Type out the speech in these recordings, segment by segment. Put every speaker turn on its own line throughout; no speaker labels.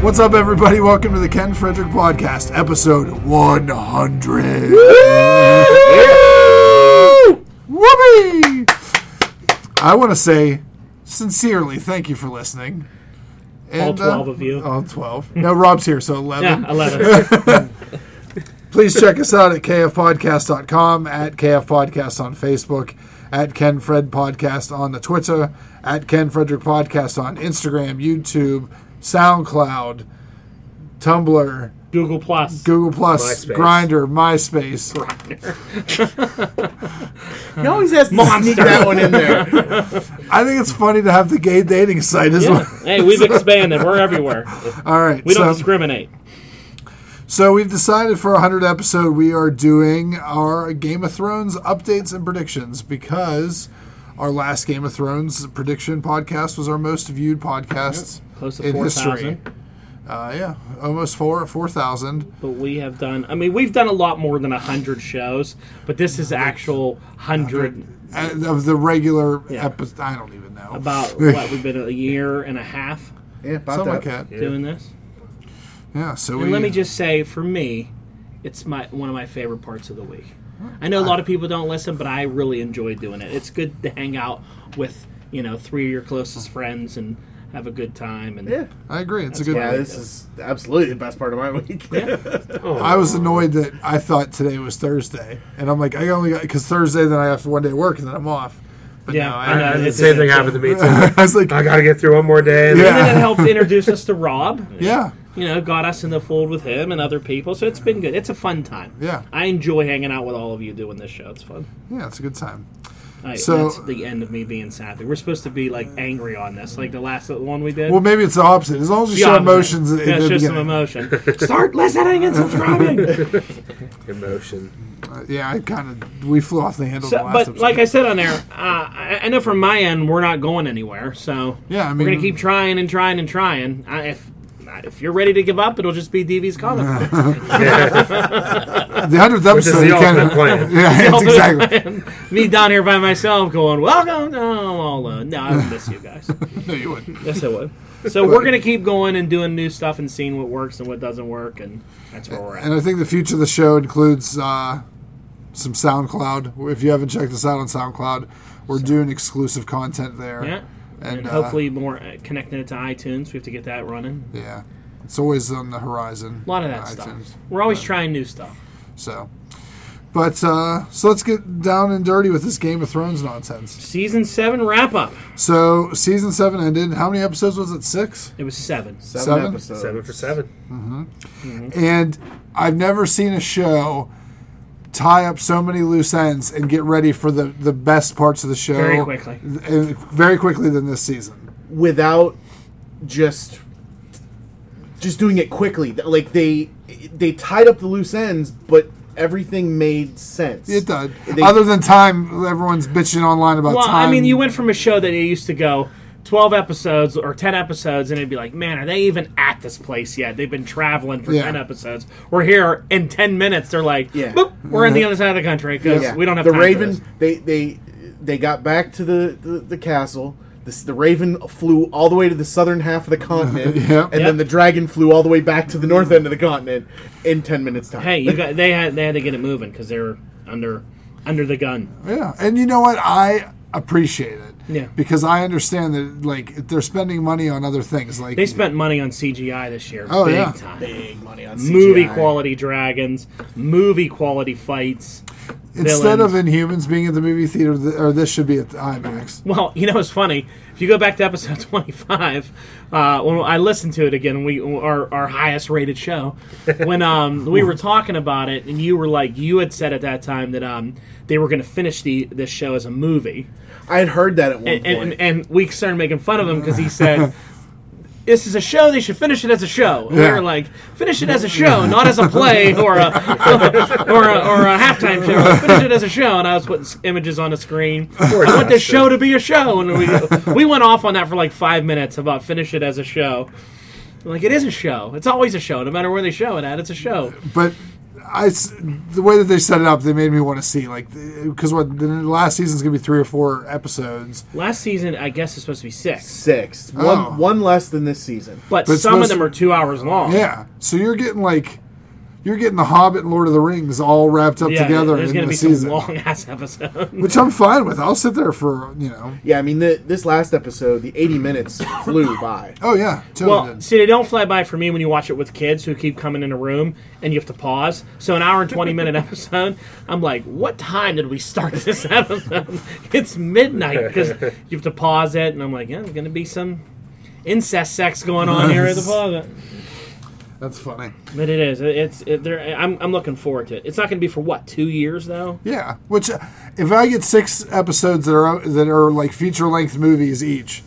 What's up, everybody? Welcome to the Ken Frederick Podcast, episode 100. Whoopee! I want to say sincerely thank you for listening.
All
And, uh,
12 of you.
All 12. No, Rob's here, so 11.
Yeah, 11.
Please check us out at kfpodcast.com, at kfpodcast on Facebook, at Ken Fred Podcast on the Twitter, at Ken Frederick Podcast on Instagram, YouTube, SoundCloud, Tumblr,
Google Plus.
Google Plus,
MySpace.
Grinder, MySpace.
He always has to sneak that one in there.
I think it's funny to have the gay dating site as
Yeah.
well.
Hey, we've expanded. We're everywhere.
All right,
We don't
so
discriminate.
so we've decided for a hundred episode we are doing our Game of Thrones updates and predictions because our last Game of Thrones prediction podcast was our most viewed podcast
Close to
in history.
4,000.
Uh, yeah, almost four four thousand.
But we have done, I mean, we've done a lot more than 100 shows, but this is actual 100,
And of the regular
Yeah.
episode. I don't even know.
about what, we've been a year and a half
Yeah, about
Something like
that.
that. Yeah,
doing this.
so
And
we
let me just say, for me, it's my one of my favorite parts of the week. I know a lot of people don't listen, but I really enjoy doing it. It's good to hang out with, you know, three of your closest friends and have a good time. And
Yeah.
I agree. It's a
That's
good.
Yeah, this is absolutely the best part of my week.
I was annoyed that I thought today was Thursday, and I'm like, I only got because Thursday, then I have one day work, and then I'm off. But
Yeah,
no,
I know.
I,
Uh,
I,
it's-
same thing happened to me too.
was like,
I gotta get through one more day. And
Yeah.
yeah.
And then it helped introduce us to Rob.
yeah,
You know, got us in the fold with him and other people. So it's been good. It's a fun time.
Yeah.
I enjoy hanging out with all of you doing this show. It's fun.
yeah, it's a good time.
All right,
So-
that's the end of me being sad. We're supposed to be like angry on this, like the last one we did.
Well, maybe it's the opposite. As long as you show
Beyond that.
emotions, in
Yeah,
the
show some
beginning.
emotion. Start listening and subscribing.
Emotion.
Uh, yeah, I kind of we flew off the handle. the
So,
last
but
episode.
like I said on there, uh, I, I know from my end we're not going anywhere. So
Yeah, I
we're
mean-
gonna keep trying and trying and trying. I, if if you're ready to give up, it'll just be DV's color.
the hundredth
Which is
episode,
the
you
ultimate
can't-
plan.
yeah, it's exactly.
Me down here by myself, going, "Welcome, no, I'm all alone." No, I would miss you guys.
no, you wouldn't.
Yes, I would. So we're gonna keep going and doing new stuff and seeing what works and what doesn't work, and that's where we're at.
And I think the future of the show includes uh, some SoundCloud. If you haven't checked us out on SoundCloud, we're doing exclusive content there.
Yeah.
and,
And
uh,
hopefully more uh, connecting it to iTunes. We have to get that running.
Yeah, it's always on the horizon.
A lot of that
uh,
stuff.
iTunes.
We're always trying new stuff.
So, but uh, so let's get down and dirty with this Game of Thrones nonsense.
Season seven wrap up.
So season seven ended. How many episodes was it? Six.
It was seven.
Seven,
Seven?
episodes.
Seven for seven.
And I've never seen a show tie up so many loose ends and get ready for the the best parts of the show
Very quickly.
and very quickly than this season.
Without just just doing it quickly. Th- Like they they tied up the loose ends, but everything made sense.
It did.
They-
Other than time, everyone's bitching online about
Well,
time.
I mean, you went from a show that used to go twelve episodes or ten episodes, and it'd be like, man, are they even at this place yet? They've been traveling for
Yeah.
ten episodes. We're here in ten minutes. They're like,
Yeah.
boop, we're on the other side of the country because
Yeah.
we don't have
the
time for
Raven.
this.
They they they got back to the the, the castle. This, the Raven flew all the way to the southern half of the continent,
Yep.
and
Yep.
then the dragon flew all the way back to the north end of the continent in ten minutes time.
Hey, you got they had they had to get it moving because they were under under the gun.
Yeah, and you know what? I appreciate it.
Yeah.
Because I understand that like they're spending money on other things. Like
They spent money on CGI this year,
Oh,
big
yeah.
time.
big money on
movie
CGI.
quality dragons, movie quality fights.
instead
villains.
of Inhumans being at the movie theater, th- or this should be at the IMAX.
Well, you know, it's funny. If you go back to episode 25, uh, when I listened to it again, we our, our highest rated show, when um, we were talking about it, and you were like, you had said at that time that um, they were going to finish the this show as a movie.
I had heard that at one
And,
point.
and, and we started making fun of him because he said, This is a show, they should finish it as a show. And we
Yeah.
were like, Finish it as a show, not as a play or a, or a, or a halftime show. Finish it as a show. And I was putting s- images on a screen. I want this show to be a show. And we, we went off on that for like five minutes about finish it as a show. Like, it is a show. It's always a show. No matter where they show it at, it's a show.
But I s- the way that they set it up, they made me want to see like because what the last season's gonna be three or four episodes.
Last season, I guess, is supposed to be six,
Six. One
Oh.
one less than this season.
but,
But it's
some of
supposed-
them are two hours long.
Yeah, so you're getting like you're getting the Hobbit and Lord of the Rings all wrapped up
Yeah,
together
there's
in
going to
the
be
season,
some long ass episode.
which I'm fine with. I'll sit there for you know.
Yeah, I mean the, this last episode, the eighty minutes flew by.
Oh yeah, totally
well, see, they don't fly by for me when you watch it with kids who keep coming in a room and you have to pause. So an hour and twenty minute episode, I'm like, what time did we start this episode? it's midnight because you have to pause it, and I'm like, yeah, there's going to be some incest sex going on here at the pause.
that's funny.
But it is. It's it, there. I'm I'm looking forward to it. It's not going to be for what two years though.
Yeah, which uh, if I get six episodes that are that are like feature length movies each,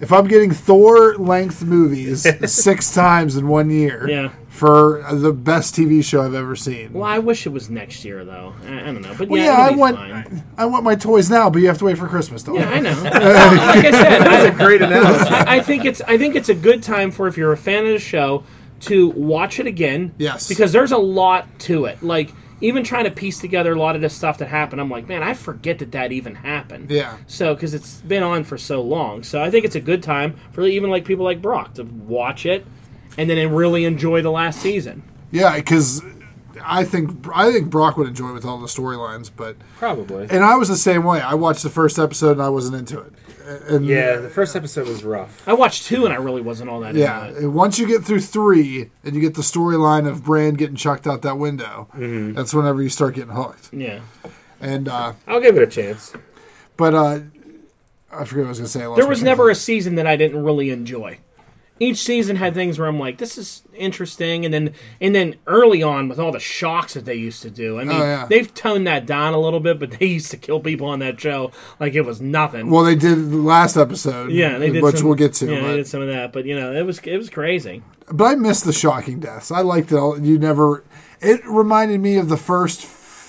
if I'm getting Thor length movies six times in one year,
Yeah.
for the best TV show I've ever seen.
Well, I wish it was next year though. I, I don't know. But
Well,
yeah,
yeah, I
it'll be
want
fine.
I want my toys now, but you have to wait for Christmas. Don't
Yeah,
you?
I know. like I said, I,
Great analogy.
I, I think it's I think it's a good time for if you're a fan of the show to watch it again.
Yes.
Because there's a lot to it. Like even trying to piece together a lot of this stuff that happened, I'm like, man, I forget that that even happened.
Yeah.
So because it's been on for so long, so I think it's a good time for even like people like Brock to watch it and then really enjoy the last season.
Yeah, because I think I think Brock would enjoy with all the storylines, but
Probably.
and I was the same way. I watched the first episode and I wasn't into it. And
Yeah, the first episode was rough.
I watched two and I really wasn't all that.
Yeah,
Into it.
and once you get through three and you get the storyline of Brand getting chucked out that window,
Mm-hmm.
that's whenever you start getting hooked.
Yeah.
And uh,
I'll give it a chance.
but uh, I forget what I was gonna say. I lost
There
my
was
train of
never a
thought.
season that I didn't really enjoy. Each season had things where I'm like, this is interesting, and then and then early on with all the shocks that they used to do. I mean,
Oh, yeah.
they've toned that down a little bit, but they used to kill people on that show like it was nothing.
well, they did the last episode.
yeah, they did
which
some-
we'll get to.
Yeah, they did
but,
some of that, but you know, it was it was crazy.
but I missed the shocking deaths. I liked it. All, you never. It reminded me of the first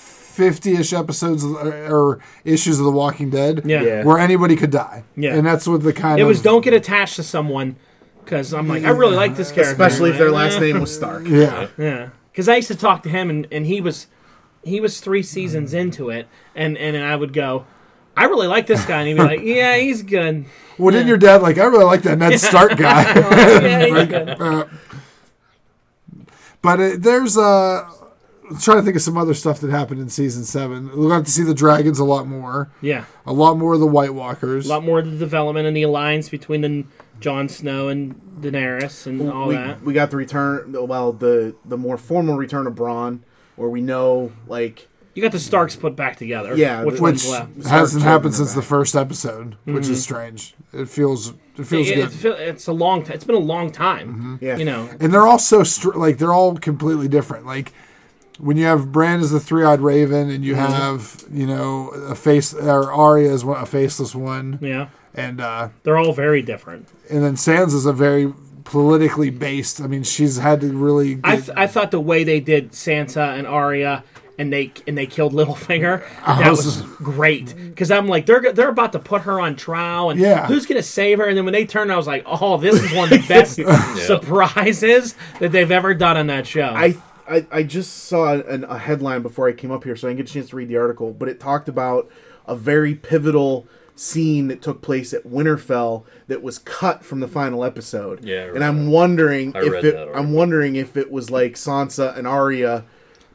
fifty-ish episodes of- or issues of The Walking Dead.
Yeah.
Yeah.
where anybody could die.
Yeah.
and that's what the kind
It
of
was don't get attached to someone because I'm like, I really like this character,
Especially if their
Yeah.
last name was Stark.
yeah.
Yeah, because I used to talk to him, and, and he was he was three seasons into it, and and I would go, I really like this guy, and he'd be like, Yeah, he's good.
Well, didn't your dad like? I really like that Ned Stark guy.
Yeah, he's good.
But it, there's uh, I'm trying to think of some other stuff that happened in season seven. We'll have to see the dragons a lot more,
Yeah,
a lot more of the White Walkers.
a lot more of the development and the alliance between the Jon Snow and Daenerys and all
we,
that.
we got the return well, the the more formal return of Braun, where we know like
You got the Starks put back together.
Yeah,
which
the-
which
one's left?
Stark
hasn't
children
happened
are
since the
back.
first episode, which is strange. It feels it feels
Mm-hmm. It-
good.
it- feel- it's a long. ti- It's been a long time.
Yeah.
You know.
and they're all so str- like they're all completely different. Like when you have Bran as the three-eyed raven, and you
Mm-hmm.
have you know a face or Arya is one, a faceless one,
Yeah,
and uh,
they're all very different.
and then Sansa's a very politically based. I mean, she's had to really. Get,
I, th- I thought the way they did Sansa and Arya and they and they killed Littlefinger
I
Oh,
that
was-
was great because I'm like they're go- they're about to put her on trial and
Yeah.
who's gonna save her and then when they turned I was like oh this is one of the best surprises that they've ever done on that show
I I, I just saw an, a headline before I came up here, so I didn't get a chance to read the article, but it talked about a very pivotal scene that took place at Winterfell that was cut from the final episode.
Yeah, I read
and I'm wondering
I
if
read
it,
that
I'm
article.
wondering if it was like Sansa and Arya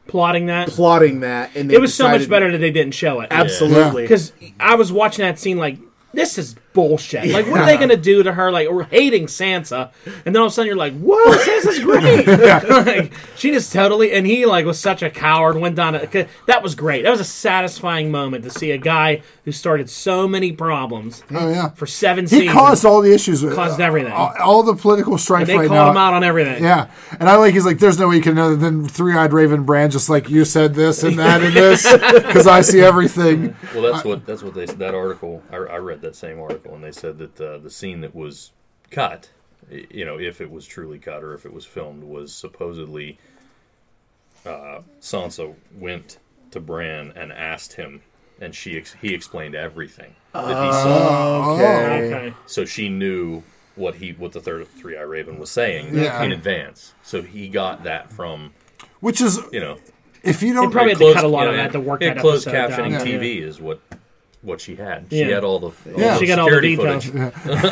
plotting that
plotting that, and they
it was so much
decided-
better that they didn't show it
Absolutely,
because I was watching that scene like this is bullshit. Like, what are they gonna do to her? Like, we're hating Sansa, and then all of a sudden you're like, "Whoa, Sansa's great!" like, she just totally. And he like was such a coward. Went down. A, 'cause that was great. That was a satisfying moment to see a guy who started so many problems
oh yeah.
for seven
He
seasons.
caused all the issues. With, uh,
Caused everything.
All, all the political strife
they
right
called
now.
him out on everything.
Yeah, and I like he's like, there's no way you can know. that." Then Three Eyed Raven Brand just like you said this and that and this because I see everything.
Well, that's what that's what they said. That article I, I read that same article, and they said that uh, the scene that was cut, y- you know, if it was truly cut or if it was filmed, was supposedly uh, Sansa went to Bran and asked him, and she ex- he explained everything that he saw,
Okay.
Okay.
so she knew what he what the third three eye raven was saying
Yeah.
in advance. So he got that from
Which is
you know
If you don't,
probably had to
Closed-
cut a lot of
yeah,
that to work
yeah,
that
closed
episode
captioning
down. Yeah.
TV is what what she had. She
Yeah.
had all the all
Yeah.
the
She got all the
security
details,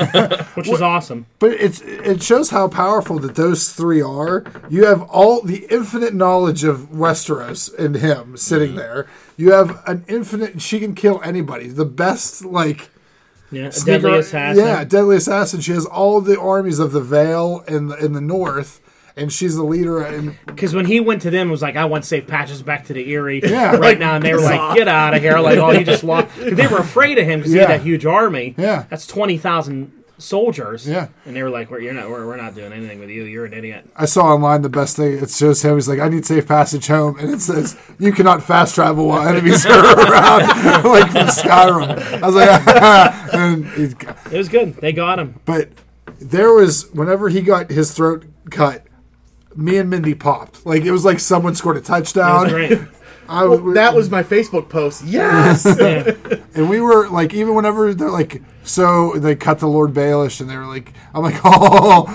footage.
which is awesome.
but it's it shows how powerful that those three are. You have all the infinite knowledge of Westeros in him
Mm-hmm.
sitting there. You have an infinite. She can kill anybody. The best like
Yeah, a
sneaker-
deadly assassin.
Yeah, deadly assassin. She has all the armies of the Vale in the, in the north, and she's the leader. And
Because when he went to them, it was like, "I want safe patches back to the Erie
Yeah.
right now," and they were like, "Get out of here!" Like, "Oh, you just lost." 'Cause They were afraid of him because he
Yeah.
had that huge army.
Yeah.
that's twenty thousand soldiers.
Yeah.
and they were like, "We're you're not we're, we're not doing anything with you. You're an idiot."
I saw online the best thing. It shows him. He's like, "I need safe passage home," and it says, "You cannot fast travel while enemies are around," like from Skyrim. I was like, and he
It was good. They got him.
But there was whenever he got his throat cut, me and Mindy popped. Like it was like someone scored a
It was
touchdown.
great.
I,
Well, that was my Facebook post. Yes.
Yeah.
and we were like even whenever they're like so they cut the Lord Baelish and they were like I'm like oh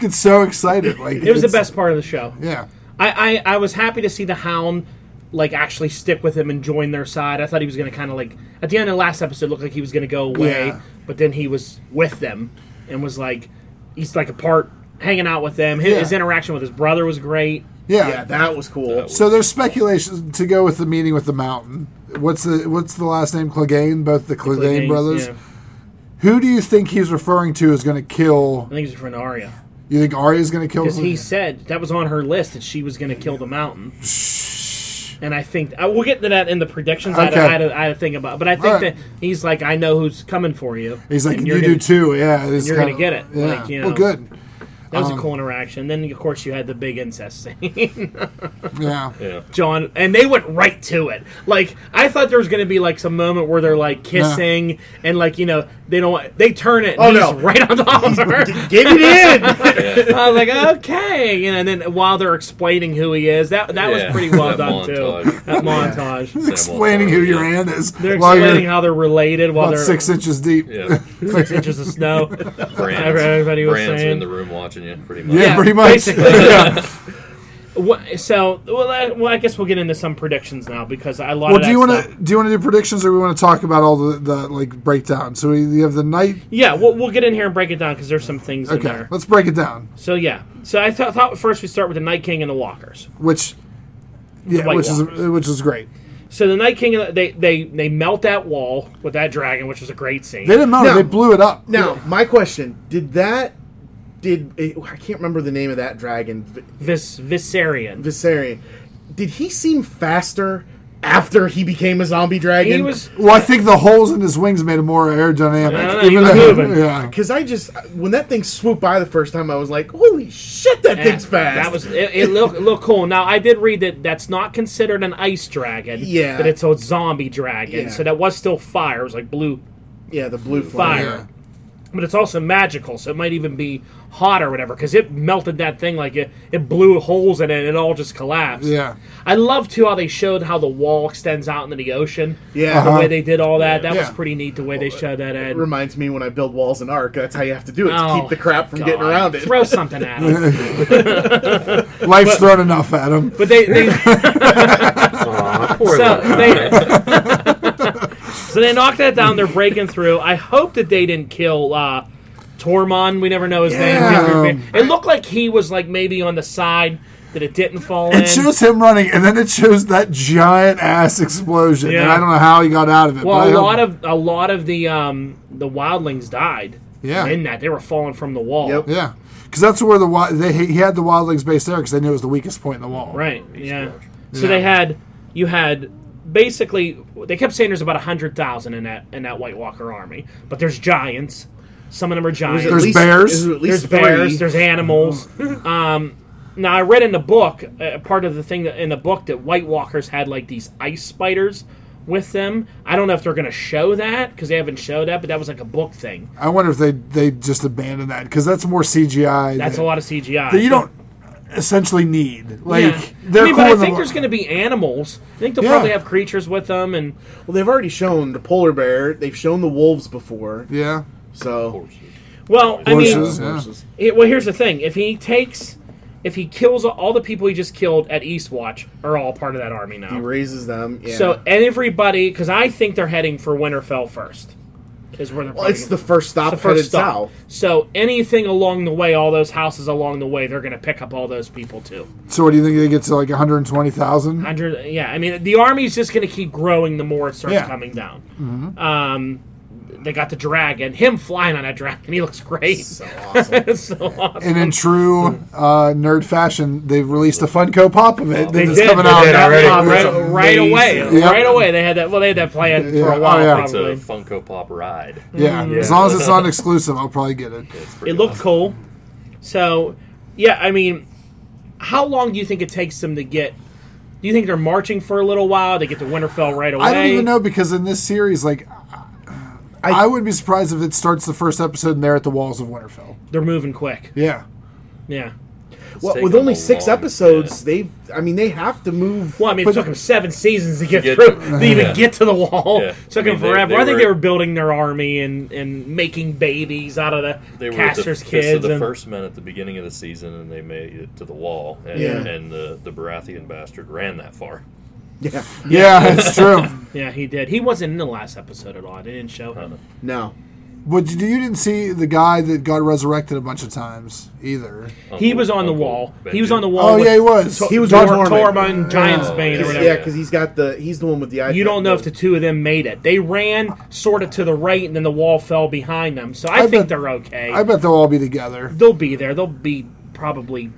get so excited like
It was the
it's-
best part of the show.
yeah
I, I, I was happy to see the Hound like actually stick with him and join their side. I thought he was going to kind of like at the end of the last episode looked like he was going to go away,
Yeah.
but then he was with them and was like he's like a part hanging out with them. His, his
Yeah.
interaction with his brother was great.
yeah.
yeah, that was cool.
so there's speculation to go with the meeting with the mountain. What's the what's the last name Clegane? Both the Clegane,
Gaines,
brothers.
yeah.
Who do you think he's referring to is going to kill?
I think he's from Arya
You think Arya's going to kill?
because he said that was on her list that she was going to kill the mountain. And I think I, we'll get to that in the predictions. I, had,
Okay.
a- I, had a, I had a thing about, but I think
All right.
that he's like, I know who's coming for you.
He's like,
and
you
you're
do
gonna-
too. Yeah, it's
you're gonna
kinda-
get it,
Yeah.
like, you
well,
know.
good.
That
Um,
was a cool interaction. Then of course you had the big incest scene,
Yeah.
Yeah.
John, and they went right to it. Like I thought there was going to be like some moment where they're like kissing and like you know they don't want, they turn it. And
Oh,
he's
no.
right on top of her.
Give it in.
I was like, okay, you know, and then while they're explaining who he is, that that
Yeah,
was pretty well
that
done too.
montage.
That montage.
Explaining who your aunt is.
They're
while you're
explaining how they're related while
about
they're
six inches deep. Yeah,
Yeah,
six inches of snow.
brands.
Everybody was
brands
saying.
in the room watching you, pretty much.
Yeah,
pretty much.
basically.
yeah.
What, so, well, I, well, I guess we'll get into some predictions now because I a lot
Well,
of
do
that
you want
stuff-
to do you want to do predictions, or we want to talk about all the, the like breakdown? So we you have the night.
Yeah, we'll, we'll get in here and break it down because there's some things in
Okay,
there.
let's break it down.
So yeah, so I th- thought first we start with the Night King and the Walkers.
Which, yeah,
White
which is
Walkers.
which is great.
So the Night King, they they they melt that wall with that dragon, which was a great scene.
They didn't know
Now-
they blew it up.
now, my question: Did that? Did it, I can't remember the name of that dragon, Vi-
Vis Viserion.
Viserion? Did he seem faster after he became a zombie dragon?
He was
well, I think the holes in his wings made him more aerodynamic.
I don't know, he was
though-
moving.
Yeah,
Because I just when that thing swooped by the first time, I was like, "Holy shit, that thing's fast!"
eh, That was it. it looked, it looked cool. Now I did read that that's not considered an ice dragon.
Yeah.
but it's a zombie dragon.
Yeah.
So that was still fire. It was like blue
yeah, the blue flame.
fire. But it's also magical, so it might even be hot or whatever, because it melted that thing like it, it blew holes in it and it all just collapsed.
Yeah.
I love too how they showed how the wall extends out into the ocean.
Yeah.
The
Uh-huh.
way they did all that. That was
Yeah.
pretty neat the way they showed that
It
Ed.
reminds me when I build walls in Ark. That's how you have to do it to
Oh,
keep the crap from getting
God.
around it.
Throw something at it.
life's thrown enough at him.
But they, they
Aw.
Poor
So
little
they, so they knocked that down. They're breaking through. I hope that they didn't kill uh, Tormon. We never know his
Yeah.
name. It looked like he was like maybe on the side that it didn't fall in.
It shows him running, and then it shows that giant ass explosion. And
Yeah.
I don't know how he got out of it.
well,
but I
a
hope-
lot of a lot of the um, the wildlings died.
Yeah.
in that they were falling from the wall.
Yep.
yeah, because that's where the wi- they he had the wildlings base there because they knew it was the weakest point in the wall.
Right. Yeah.
George.
So
Yeah.
they had you had basically they kept saying there's about hundred thousand in that in that White Walker army, but there's giants. Some of them are giants.
At
There's bears.
At least
there's
three.
bears, there's animals. um, now I read in the book uh, part of the thing that, in the book that White Walkers had like these ice spiders with them. I don't know if they're going to show that because they haven't showed that, but that was like a book thing.
I wonder if they they just abandoned that because that's more CGI.
That's
that,
a lot of CGI.
that you don't essentially need. Like
Yeah.
they're
I mean,
cool
but I
in the
think
lo-
there's going to be animals. I think they'll
Yeah.
probably have creatures with them, and
Well, they've already shown the polar bear. They've shown the wolves before.
yeah.
So
horses.
well, I mean,
Horses. Yeah.
horses.
It, well, here's the thing: if he takes if he kills all the people he just killed at Eastwatch, are all part of that army now.
He raises them. Yeah.
So everybody, because I think they're heading for Winterfell first, is where they're.
Well, it's the first stop
the
headed
first stop.
south.
So anything along the way, all those houses along the way, they're going to pick up all those people too.
So what do you think they get to like 120,000?
Hundred, yeah. I mean, the army's just going to keep growing the more it starts
Yeah.
coming down.
Mm-hmm.
Um, they got the dragon, him flying on that dragon. He looks great.
So awesome.
It's so awesome.
And in true uh, nerd fashion, they've released a Funko Pop of it.
They
that's
did.
coming
they
out.
did
now.
that
It's
right,
a-
right, right away.
amazing.
Yep.
Right away. They had that. Well, they had that planned for
Yeah.
a
Oh,
while.
yeah.
It's
Probably.
a Funko Pop ride.
Yeah.
Yeah.
as long as it's not exclusive, I'll probably get it.
It's pretty
It looked cool. So, yeah, I mean, how long do you think it takes them to get? Do you think they're marching for a little while? They get to Winterfell right away.
I don't even know because in this series, like, I, I would be surprised if it starts the first episode and they're at the walls of Winterfell.
They're moving quick.
Yeah.
Yeah.
well,
taken
with only
a
six
long-
episodes, they've. I mean, they have to move.
Well, I mean, it
But-
took them seven seasons to get,
get-
through, to even
Yeah.
get to the wall.
Yeah.
Took
I mean,
them
they-
forever.
they
I think
were-
they were building their army and, and making babies out of the
They were at the
casters'
Fist
kids.
of the
and-
First Men at the beginning of the season, and they made it to the wall. And,
Yeah.
and the the Baratheon bastard ran that far.
Yeah.
Yeah, it's true.
yeah, he did. He wasn't in the last episode at all. They didn't show him.
No.
But you you didn't see the guy that got resurrected a bunch of times either.
He
Uncle-
was on the
Uncle
wall.
Benji.
He was on the wall.
Oh,
with
yeah, he was.
He was
Tor-
with Tormund.
Tormund, Giant's
Oh,
Bane, or
'Cause-
whatever.
yeah, because he's got the. He's the one with the eye.
You don't know if the two of them made it. They ran sort of to the right, and then the wall fell behind them. So I,
I
think
bet-
they're okay.
I bet they'll all be together.
They'll be there. They'll be probably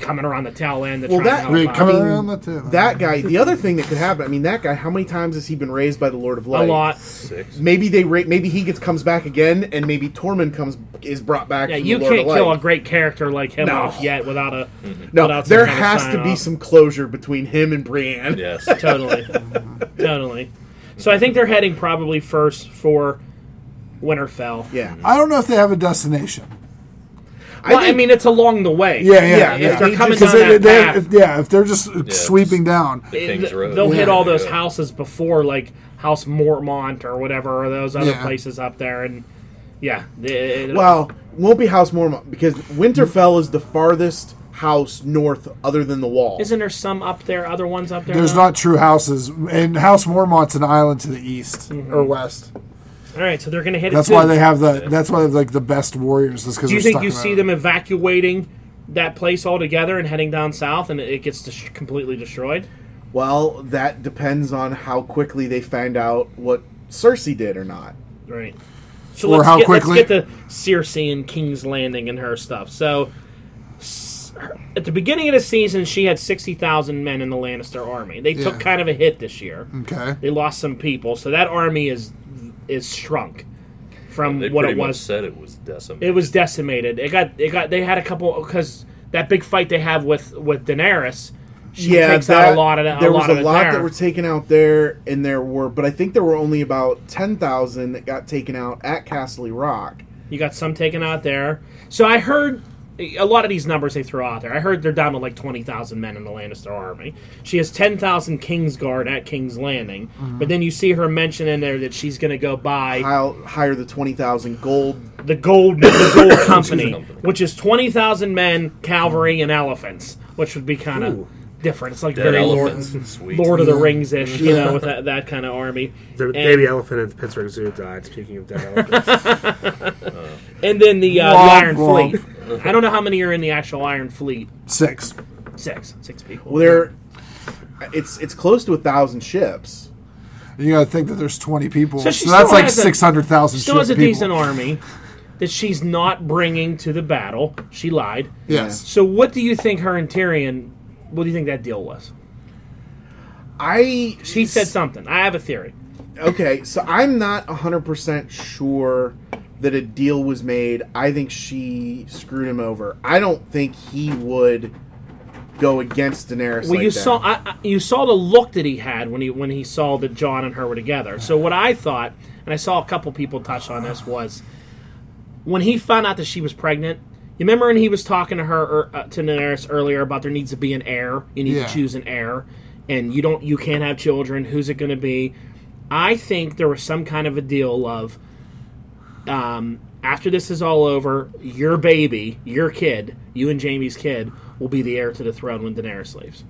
coming around the tail end. To
Well,
try
that-
and
Wait,
help out.
coming
mean,
around the town.
That guy. The other thing that could happen. I mean, that guy. How many times has he been raised by the Lord of
a
Light?
lot.
Six.
Maybe they. Ra- maybe he gets comes back again, and maybe Tormund comes is brought back.
Yeah,
from
you
the Lord
can't
of
kill
Light.
a great character like him
No. Mm-hmm.
off yet without a
No,
without some
there
kind of
has to
sign
be
off.
some closure between him and Brienne.
Yes.
totally, totally. So I think they're heading probably first for Winterfell.
Yeah.
I don't know if they have a destination.
Mm-hmm. Well, I, mean, it's along the way.
Yeah, yeah, yeah.
Yeah, if
If they're
They
coming
just-
Because
down
they,
that
they-
path,
if- yeah, if they're just sweeping down.
The King's Road.
They'll hit
Yeah.
all those
Yeah.
houses before like House Mormont or whatever, or those other
Yeah.
places up there, and yeah. they- it'll-
Well, won't be House Mormont because Winterfell is the farthest house north other than the wall.
isn't there some up there? Other ones up there?
There's
now?
not true houses. And House Mormont's an island to the east
Mm-hmm.
or west.
All right, so they're gonna hit.
That's
it
why
soon.
they have the. That's why they have, like the best warriors is because
Do you think you see them evacuating that place altogether and heading down south, and it gets dis- completely destroyed?
Well, that depends on how quickly they find out what Cersei did or not.
Right. So
Or
let's,
how
get,
quickly-
let's get the Circe and King's Landing and her stuff. So s- her- at the beginning of the season, she had 60,000 men in the Lannister army. They took
Yeah. Mm-hmm.
kind of a hit this year.
Okay.
They lost some people, so that army is is shrunk from
They
what it
pretty much
was.
said it was decimated.
It was decimated. It got it got they had a couple because that big fight they have with with Daenerys. She takes out a lot of that.
There
a
was
lot
a
of it
lot
there.
that were taken out there, and there were, but I think there were only about ten thousand that got taken out at Castle Rock.
You got some taken out there. So I heard a lot of these numbers they throw out there. I heard they're down to like 20,000 men in the Lannister army. She has 10,000 Kingsguard at King's Landing.
Mm-hmm.
But then you see her mention in there that she's going to go buy
I'll hire the twenty thousand gold.
the gold the gold company,
Company.
which is 20,000 men, cavalry and elephants, which would be kind of different. It's like
Dead
very Lord,
elephants. Sweet.
Lord of the Rings ish, you know, with that, that kind of army.
The baby elephant in the Pittsburgh Zoo died. Speaking of dead elephants,
And then the, uh, the
Womp
Iron
womp.
Fleet. I don't know how many are in the actual Iron Fleet.
Six.
Six. Six people.
Well, there, it's it's close to a thousand ships.
You got to think that there's 20 people. So,
So she
that's
still
like
has a-
600,000
still has a
people.
decent army that she's not bringing to the battle. She lied.
Yes.
So what do you think her and Tyrion? What do you think that deal was?
I
She said something. I have a theory.
okay, so I'm not 100% sure that a deal was made. I think she screwed him over. I don't think he would go against Daenerys.
Well,
like
you
that.
saw I, I, you saw the look that he had when he when he saw that John and her were together. So what I thought, and I saw a couple people touch on this, was when he found out that she was pregnant. You remember when he was talking to her er, uh, to Daenerys earlier about there needs to be an heir. You need
Yeah.
to choose an heir, and you don't you can't have children. Who's it going to be? I think there was some kind of a deal of um, after this is all over, your baby, your kid, you and Jamie's kid, will be the heir to the throne when Daenerys leaves.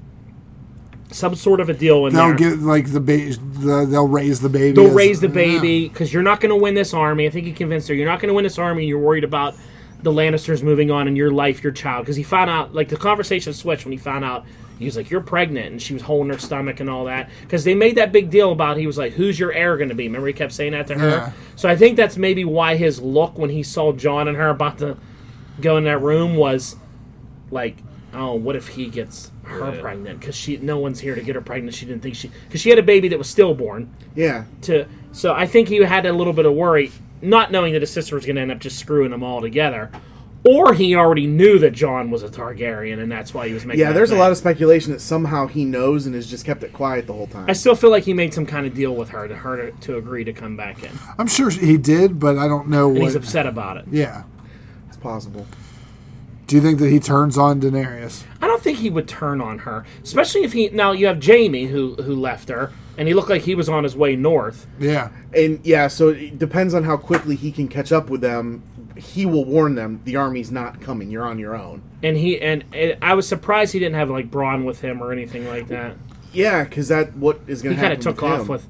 Some sort of a deal in
They'll
there.
get like the, ba- the they'll raise the baby.
They'll
as-
raise the baby because you're not going to win this army. I think he convinced her you're not going to win this army. and You're worried about the Lannisters moving on in your life, your child. Because he found out, like the conversation switched when he found out he was like, "You're pregnant," and she was holding her stomach and all that. Because they made that big deal about he was like, "Who's your heir going to be?" Remember he kept saying that to her.
Yeah.
So I think that's maybe why his look when he saw John and her about to go in that room was like, oh, what if he gets her
Yeah.
pregnant? Because she, no one's here to get her pregnant. She didn't think she, because she had a baby that was stillborn
Yeah.
to so I think he had a little bit of worry, not knowing that his sister was going to end up just screwing them all together, or he already knew that John was a Targaryen and that's why he was making.
Yeah,
that
there's a
thing.
lot of speculation that somehow he knows and has just kept it quiet the whole time.
I still feel like he made some kind of deal with her to her to, to agree to come back in, and
I'm sure he did, but I don't know what.
he's upset about it.
Yeah.
It's possible.
Do you think that he turns on Daenerys?
I don't think he would turn on her, especially if he now you have Jamie who who left her, and he looked like he was on his way north.
Yeah.
And yeah, so it depends on how quickly he can catch up with them. He will warn them the army's not coming. You're on your own.
And he and, and I was surprised he didn't have like Braun with him or anything like that.
Yeah, because that what is going
He
to
kind
happen.
of took
with
off
him.
with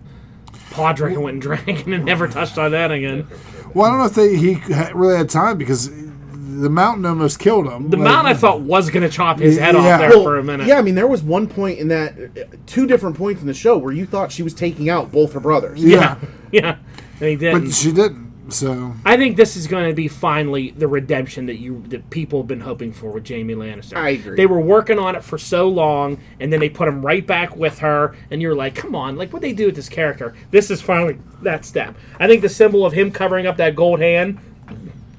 Podrick and went and drank and never touched on that again.
Well, I don't know if they, he ha- really had time because the mountain almost killed him.
The
Like,
mount I thought was going to chop his head
Yeah.
off there
Well,
for a minute.
Yeah, I mean, there was one point in that, two different points in the show where you thought she was taking out both her brothers.
Yeah.
yeah. And he didn't.
But she didn't. So
I think this is going to be finally the redemption that you that people have been hoping for with Jamie Lannister.
I agree.
They were working on it for so long, and then they put him right back with her, and you're like, come on, like what they do with this character? This is finally that step. I think the symbol of him covering up that gold hand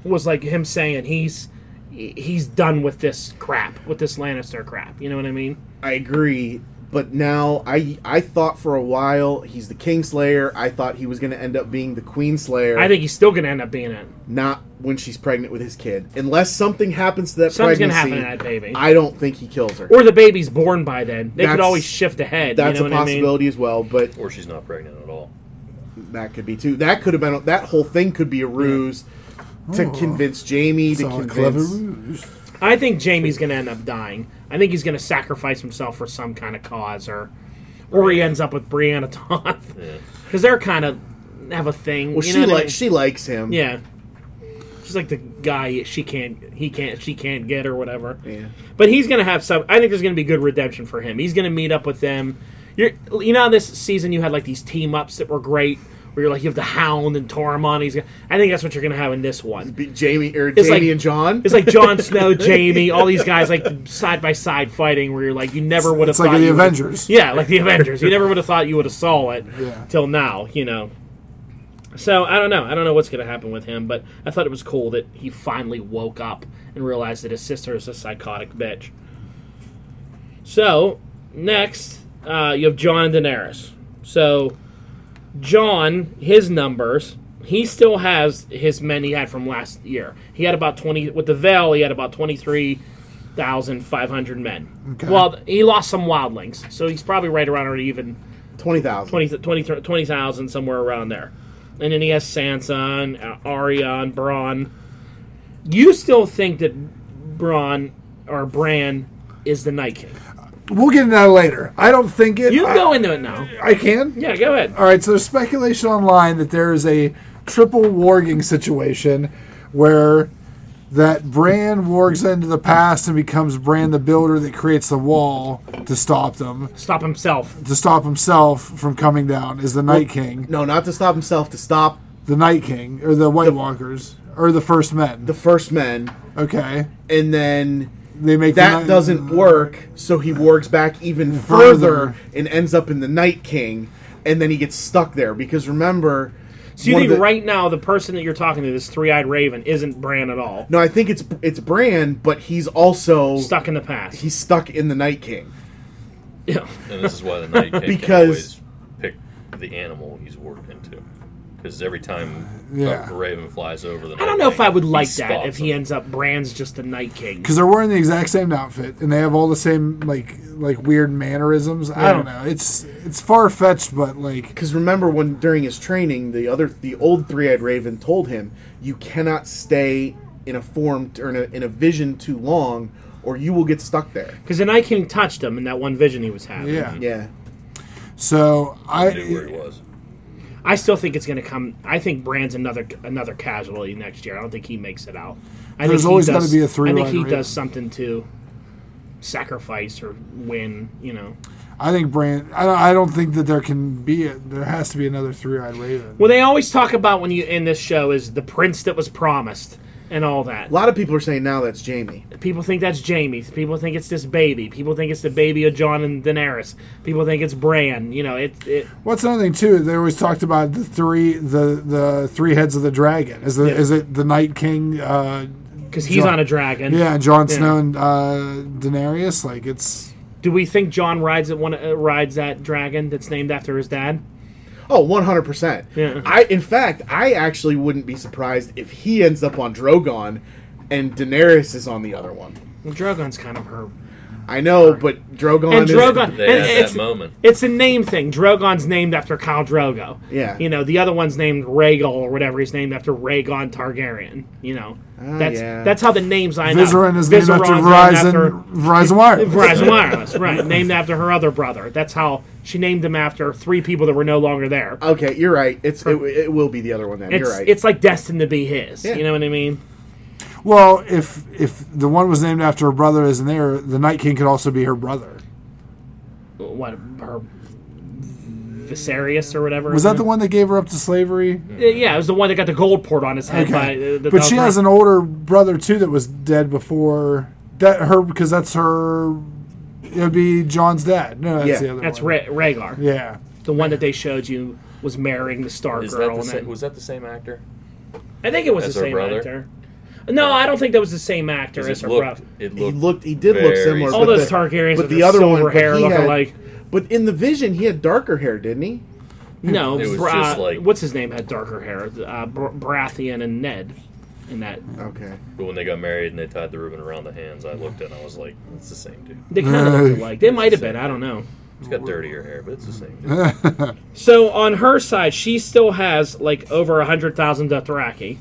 was like him saying he's he's done with this crap, with this Lannister crap. You know what I mean?
I agree, but now I I thought for a while he's the Kingslayer. I thought he was going to end up being the Queenslayer.
I think he's still going to end up being it.
not when she's pregnant with his kid, unless something happens to that
Something's going to
pregnancy.
happen to that baby.
I don't think he kills her.
or the baby's born by then. They could
That's-
always shift ahead.
That's
you know
a
what I mean?
possibility as well, but
or she's not pregnant at all.
that could be too. That could have been that whole thing could be a ruse to convince Jamie to
so Oh. a
convince.
clever ruse.
I think Jamie's going to end up dying. I think he's going to sacrifice himself for some kind of cause, or or he ends up with Brianna Toth
Yeah.
because they're kind of have a thing.
Well,
you
she
know what I
likes
mean?
she likes him.
yeah. She's like the guy she can't, he can't, she can't get or whatever.
Yeah.
But he's gonna have some. I think there's gonna be good redemption for him. He's gonna meet up with them. You're, you know, how this season you had like these team ups that were great, where you're like you have the Hound and Tormund. He's. Gonna, I think that's what you're gonna have in this one.
Be- Jamie or
It's
Jamie
like-
and John.
It's like Jon Snow, Jamie, all these guys like side by side fighting, where you're like you never would have.
It's like
thought
the
you would've-
Avengers.
Yeah, like the Avengers. You never would have thought you would have saw it
Yeah.
till now. You know. So I don't know. I don't know what's going to happen with him, but I thought it was cool that he finally woke up and realized that his sister is a psychotic bitch. So next, uh, you have John and Daenerys. So John, his numbers, he still has his men he had from last year. He had about twenty with the veil. He had about twenty three thousand five hundred men.
Okay.
Well, he lost some wildlings, so he's probably right around or even
Twenty thousand.
20,000 20, 20,000, somewhere around there. And then he has Sansa and uh, Arya and Braun. You still think that Braun or Bran is the Night King?
We'll get into that later. I don't think it.
You
I,
Uh,
go into it now.
I can.
Yeah, go ahead.
All right, so there's speculation online that there is a triple warging situation where that Bran wargs into the past and becomes Bran the Builder that creates the wall to stop them,
Stop himself.
to stop himself from coming down, is the Night King.
No, not to stop himself. To stop
The Night King, or the White Walkers, or the First Men.
the first men,
okay.
and then
They make the
that
Night-
doesn't work, so he wargs back even
Further.
further and ends up in the Night King, and then he gets stuck there because remember,
So you
one of
think
the-
right now the person that you're talking to, this three-eyed raven, isn't Bran at all?
No, I think it's it's Bran, but he's also
Stuck in the past.
he's stuck in the Night King.
And this is why the Night King
Because-
can always pick the animal he's warped into. because every time
Yeah.
a Raven flies over the
I don't know if I would like
he
that if
spots
he
him.
ends up Brand's just the Night King.
because they're wearing the exact same outfit and they have all the same like like weird mannerisms. I
Yeah.
don't know. It's it's far fetched, but like
Because remember when during his training, the other the old three eyed raven told him, "You cannot stay in a form t- or in a, in a vision too long, or you will get stuck there."
Because the Night King touched him in that one vision he was having.
yeah.
Yeah,
So
I knew where
I
he was.
I still think it's going to come. I think Brand's another another casualty next year. I don't think he makes it out. I
There's
think he
always
does-
gotta be a three
I think
run
he
rate.
does something to sacrifice or win. You know.
I think Brand. I don't, I don't think that there can be a, there has to be another three eyed raven.
Well, they always talk about when you in this show is the prince that was promised and all that.
a lot of people are saying now that's Jamie.
People think that's Jamie. People think it's this baby. People think it's the baby of John and Daenerys. People think it's Bran. You know, it. it
What's another thing too? They always talked about the three the the three heads of the dragon. Is the is it the Night King? Uh,
because he's
Jon-
on a dragon.
yeah, Jon
Yeah.
Snow and uh, Daenerys. Like it's
Do we think John rides that one? Uh, rides that dragon that's named after his dad?
Oh, 100%.
Yeah.
I in fact, I actually wouldn't be surprised if he ends up on Drogon and Daenerys is on the other one.
Well, Drogon's kind of her.
I know, but Drogon
And
is
Drogon,
They
and
had
it's,
that moment.
it's a name thing. Drogon's named after Khal Drogo.
Yeah.
You know, the other one's named Rhaegal or whatever. He's named after Rhaegon Targaryen. You know, that's
Ah, yeah.
that's how the names I know.
Viseron is named after
Viseron's named
Verizon Verizon Wireless.
Verizon Wireless, right? Named after her other brother. That's how she named him after three people that were no longer there.
Okay, you're right. It's it, it will be the other one then.
It's
Oh, you're right.
it's like destined to be his.
Yeah.
You know what I mean?
Well, if if the one was named after her brother isn't there, the Night King could also be her brother.
What her Viserys or whatever.
Was that the one that gave her up to slavery?
Uh, Yeah, it was the one that got the gold poured on his head by uh,
Okay,
the, the
but she
Valkyrie.
has an older brother too that was dead before that her because that's her. It would be John's dad. No, that's
Yeah,
the other.
That's
one.
Ra- Rhaegar.
Yeah,
The one that they showed you was marrying the Star
Is that
Girl.
the
and
same,
it-
was that the same actor?
I think it was the
as her
same
brother?
actor. No, I don't think that was the same actor
'Cause
as
It
her
looked,
brother.
it
he
looked,
looked he did look
very
similar.
All
similar.
but
those Targaryens
but
with
the
the
other
silver
one, but
hair
he
look
had-
alike.
But in the vision he had darker hair, didn't he?
No,
It was
Bra-
just like-
what's his name had darker hair? Uh, Br- Baratheon and Ned. In that,
Okay.
but when they got married and they tied the ribbon around the hands, I looked at it and I was like, it's the same dude.
they kind of
Uh,
look alike. They might have been. I don't know.
He's got dirtier hair, but it's the same dude.
So on her side, she still has like over hundred thousand Dothraki,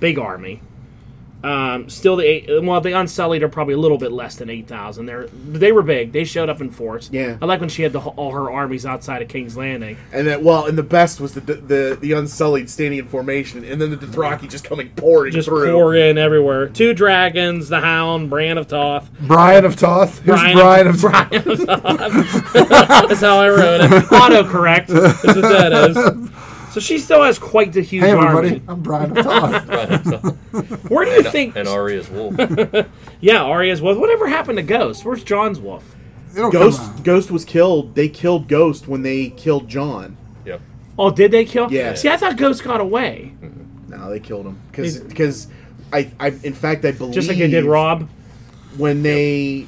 big army. Um, still the eight, well, the Unsullied are probably a little bit less than eight thousand. They're they were big. They showed up in force.
Yeah.
I like when she had the, whole- all her armies outside of King's Landing.
And that well, and the best was the the, the unsullied standing in formation, and then the Dothraki just coming pouring
Just
through.
pour in everywhere. Two dragons, the Hound, Bran of Toth.
Brian of Toth. Who's
Brian-
Brian, of Toth?
That's how I wrote it. Autocorrect is what that is. So she still has quite the huge
Hey everybody,
army.
I'm Brian of Toth.
Where do you think?
and Arya's wolf.
yeah, Arya's wolf. Whatever happened to Ghost? Where's John's wolf?
It'll come out.
Ghost Ghost was killed. They killed Ghost when they killed John.
Yep.
Oh, did they kill?
Yeah.
See, I thought Ghost got away,
No, they killed him because because I, I in fact I believe
just like they did Rob.
when they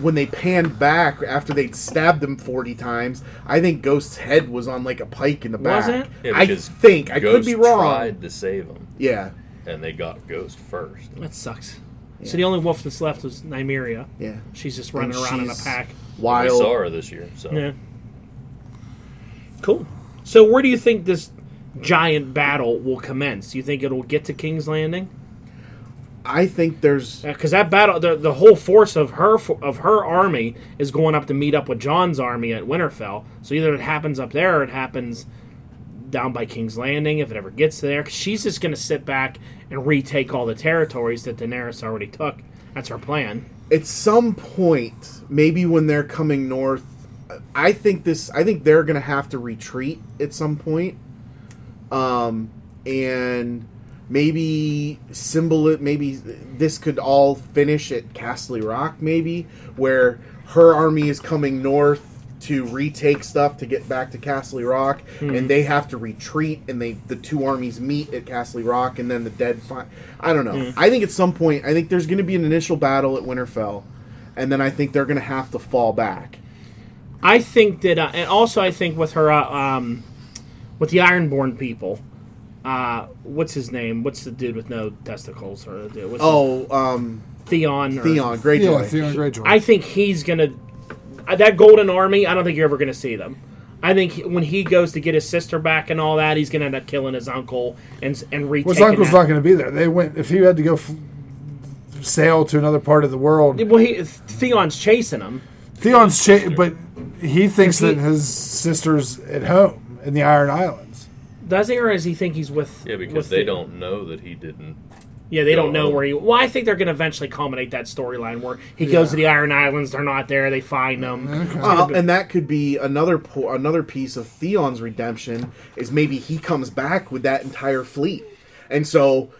when they panned back after they'd stabbed him forty times. I think Ghost's head was on like a pike in the back.
Was it?
Yeah,
I
because
think I could
Ghost
be wrong.
Tried to save him,
Yeah,
and they got Ghost first.
That sucks. So the only wolf that's left is Nymeria.
yeah.
She's just running
And
around in a
she's
pack.
I
Wild.
saw her this year, so
Yeah. Cool. So where do you think this giant battle will commence? You think it'll get to King's Landing?
I think there's
Because Uh, that battle, the, the whole force of her fo- of her army is going up to meet up with John's army at Winterfell. So either it happens up there, or it happens down by King's Landing if it ever gets there. 'Cause she's just going to sit back and retake all the territories that Daenerys already took. That's her plan.
at some point, maybe when they're coming north, I think this. I think they're gonna have to retreat at some point, um, and maybe symbol it. Maybe this could all finish at Castle Rock, maybe where her army is coming north to retake stuff to get back to Castle Rock, and they have to retreat, and they the two armies meet at Castle Rock, and then the dead. Fi- I don't know. I think at some point, I think there's going to be an initial battle at Winterfell, and then I think they're going to have to fall back.
I think that, uh, and also I think with her, uh, um, with the Ironborn people. Uh, what's his name? What's the dude with no testicles or the dude? What's his-
Oh, um,
Theon. Or,
Theon, great
Theon,
joy.
Theon Greyjoy.
I think he's gonna uh, that Golden Army. I don't think you're ever gonna see them. I think he- when he goes to get his sister back and all that, he's gonna end up killing his uncle and and retaking.
well, his uncle's
that.
not going to be there. They went if he had to go f- sail to another part of the world.
Well, he, Theon's chasing him.
Theon's cha- but he thinks
If he-
that his sister's at home in the Iron Islands.
Does he, or does he think he's with?
Yeah, because
with
they
Theon?
don't know that he didn't.
Yeah, they don't know
home.
where he. Well, I think they're going to eventually culminate that storyline where he goes to the Iron Islands. They're not there. They find them.
Uh, and that could be another po- another piece of Theon's redemption is maybe he comes back with that entire fleet, and so,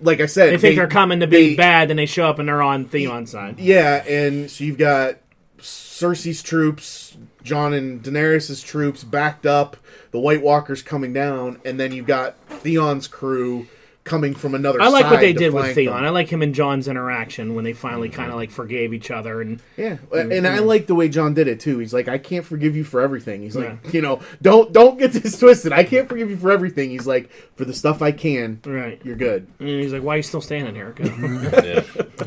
like I said,
They think they, are coming to be
they- e-,
bad, then they show up and they're on Theon's side.
Yeah, and so you've got Cersei's troops, John and Daenerys' troops backed up, the White Walkers coming down, and then you've got Theon's crew coming from another.
I like what
side
they
to
did with
flank
Theon.
them.
I like him and John's interaction when they finally kind of like forgave each other and
Yeah, and I like the way John did it too. He's like, I can't forgive you for everything. He's like,
Yeah.
you know, don't don't get this twisted. I can't forgive you for everything. He's like, for the stuff I can,
right.
you're good.
And he's like, "Why are you still standing here?" Go.
Yeah.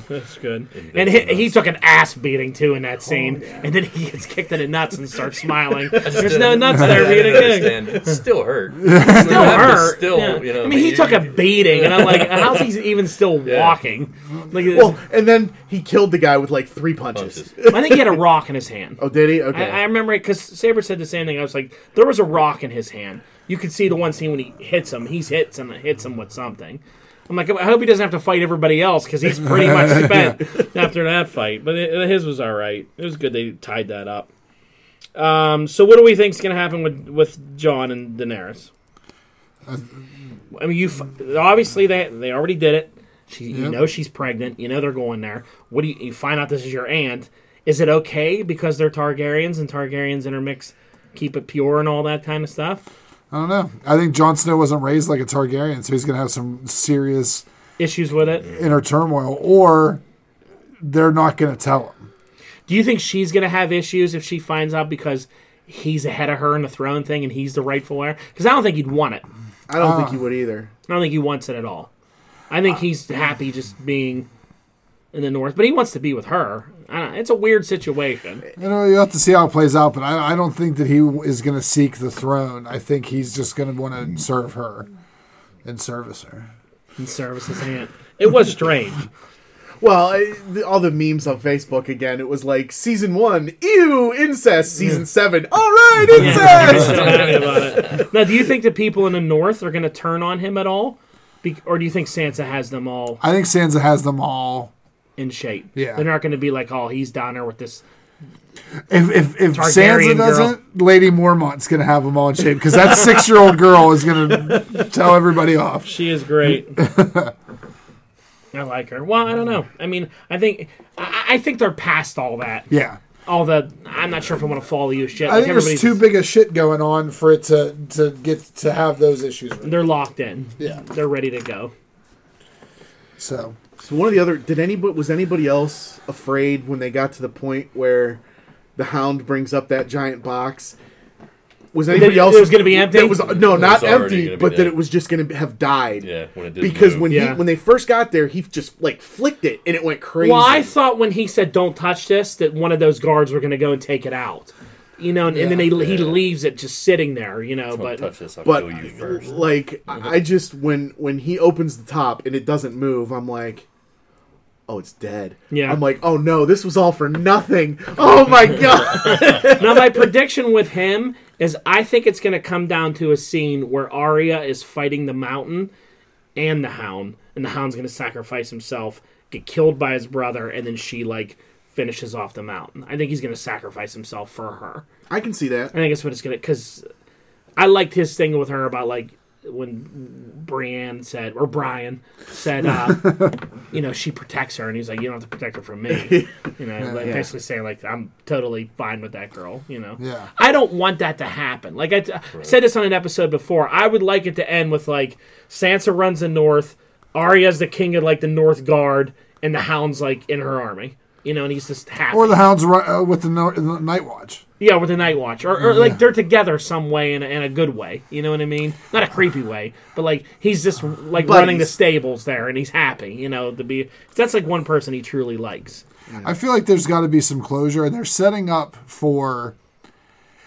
That's good. And he, he took an ass beating too in
Oh,
that scene, and then he gets kicked in the nuts and starts smiling. There's no nuts there,
I
being a
understand. It still hurt. It
still hurt.
Still,
yeah.
you know.
I mean, he
you-
took a beating, and I'm like, how's he even still
Yeah.
walking? Like,
Well, and then he killed the guy with like three punches.
punches.
I think he had a rock in his hand.
Oh, did he? Okay.
I, I remember it because Saber said the same thing. I was like, there was a rock in his hand. You could see the one scene when he hits him. He's hits him and hits him with something. I'm like, I hope he doesn't have to fight everybody else because he's pretty much spent after that fight. But it, his was all right. It was good they tied that up. Um, so what do we think's going to happen with with John and Daenerys? I mean, you f- obviously they they already did it. She, you
Yep.
know, she's pregnant. You know, they're going there. What do you, you find out? This is your aunt. Is it okay because they're Targaryens and Targaryens intermix, keep it pure and all that kind of stuff?
I don't know. I think Jon Snow wasn't raised like a Targaryen, so he's going to have some serious
Issues with it?
inner turmoil, or they're not going to tell him.
Do you think she's gonna have issues if she finds out because he's ahead of her in the throne thing and he's the rightful heir? Because I don't think he'd want it. I
I don't think he would either.
don't think he wants it at all. I think he's happy just being in the north, but he wants to be with her. I don't, it's a weird situation.
You know, you have to see how it plays out, but I, I don't think that he is going to seek the throne. I think he's just going to want to serve her and service her.
and service his hand. It was strange.
Well, I, the, all the memes on Facebook again. It was like season one, ew, incest. Season seven, all right,
I'm
incest.
so happy about it. Now, do you think the people in the north are going to turn on him at all? Be- or do you think Sansa has them all
I think Sansa has them all.
in shape?
Yeah.
They're not going to be like, oh, he's down there with this.
If if, if
Targaryen
Sansa
girl.
doesn't, Lady Mormont's going to have them all in shape because that six year old girl is going to tell everybody off.
She is great. I like her. Well, I don't know. I mean, I think I, I think they're past all that.
Yeah.
All the I'm not sure if I want to follow you shit.
I
Like,
think there's
everybody's-
too big a shit going on for it to, to get to have those issues. Right
They're locked in.
Yeah.
They're ready to go.
So
So one of the other did anybody was anybody else afraid when they got to the point where the hound brings up that giant box? Was anybody
it
else
was gonna be empty?
That was no, not
already
empty,
gonna be
but that
dead.
it was just going to have died.
Yeah, when it did
Because when
Yeah.
he when they first got there, he just like flicked it and it went crazy.
Well, I thought when he said "Don't touch this" that one of those guards were going to go and take it out, you know, and, and then he, he leaves it just sitting there, you know.
Don't
But
touch this. I'll
but
kill you first.
like I I just when when he opens the top and it doesn't move, I'm like, oh, it's dead.
Yeah.
I'm like, oh no, this was all for nothing. Oh my god.
now my prediction with him is I think it's going to come down to a scene where Arya is fighting the Mountain and the Hound, and the Hound's going to sacrifice himself, get killed by his brother, and then she like finishes off the Mountain. I think he's going to sacrifice himself for her.
I can see that.
I think that's what it's gonna. Because I liked his thing with her about like when Brienne said or Brian said, uh, you know, she protects her, and he's like, you don't have to protect her from me. You know, like, basically saying like I'm totally fine with that girl. You know,
Yeah.
I don't want that to happen. Like I t- said this on an episode before, I would like it to end with like Sansa runs the north, Arya's the king of like the North Guard, and the Hound's like in her army. You know, and he's just happy.
or the hounds ru- uh, with the, no- the night watch.
Yeah, with the Night Watch, or, or like they're together some way in a, in a good way. You know what I mean? Not a creepy way, but like he's just like running the
Buddies.
stables there, and he's happy. You know, to be that's like one person he truly likes.
I feel like there's got to be some closure, and they're setting up for.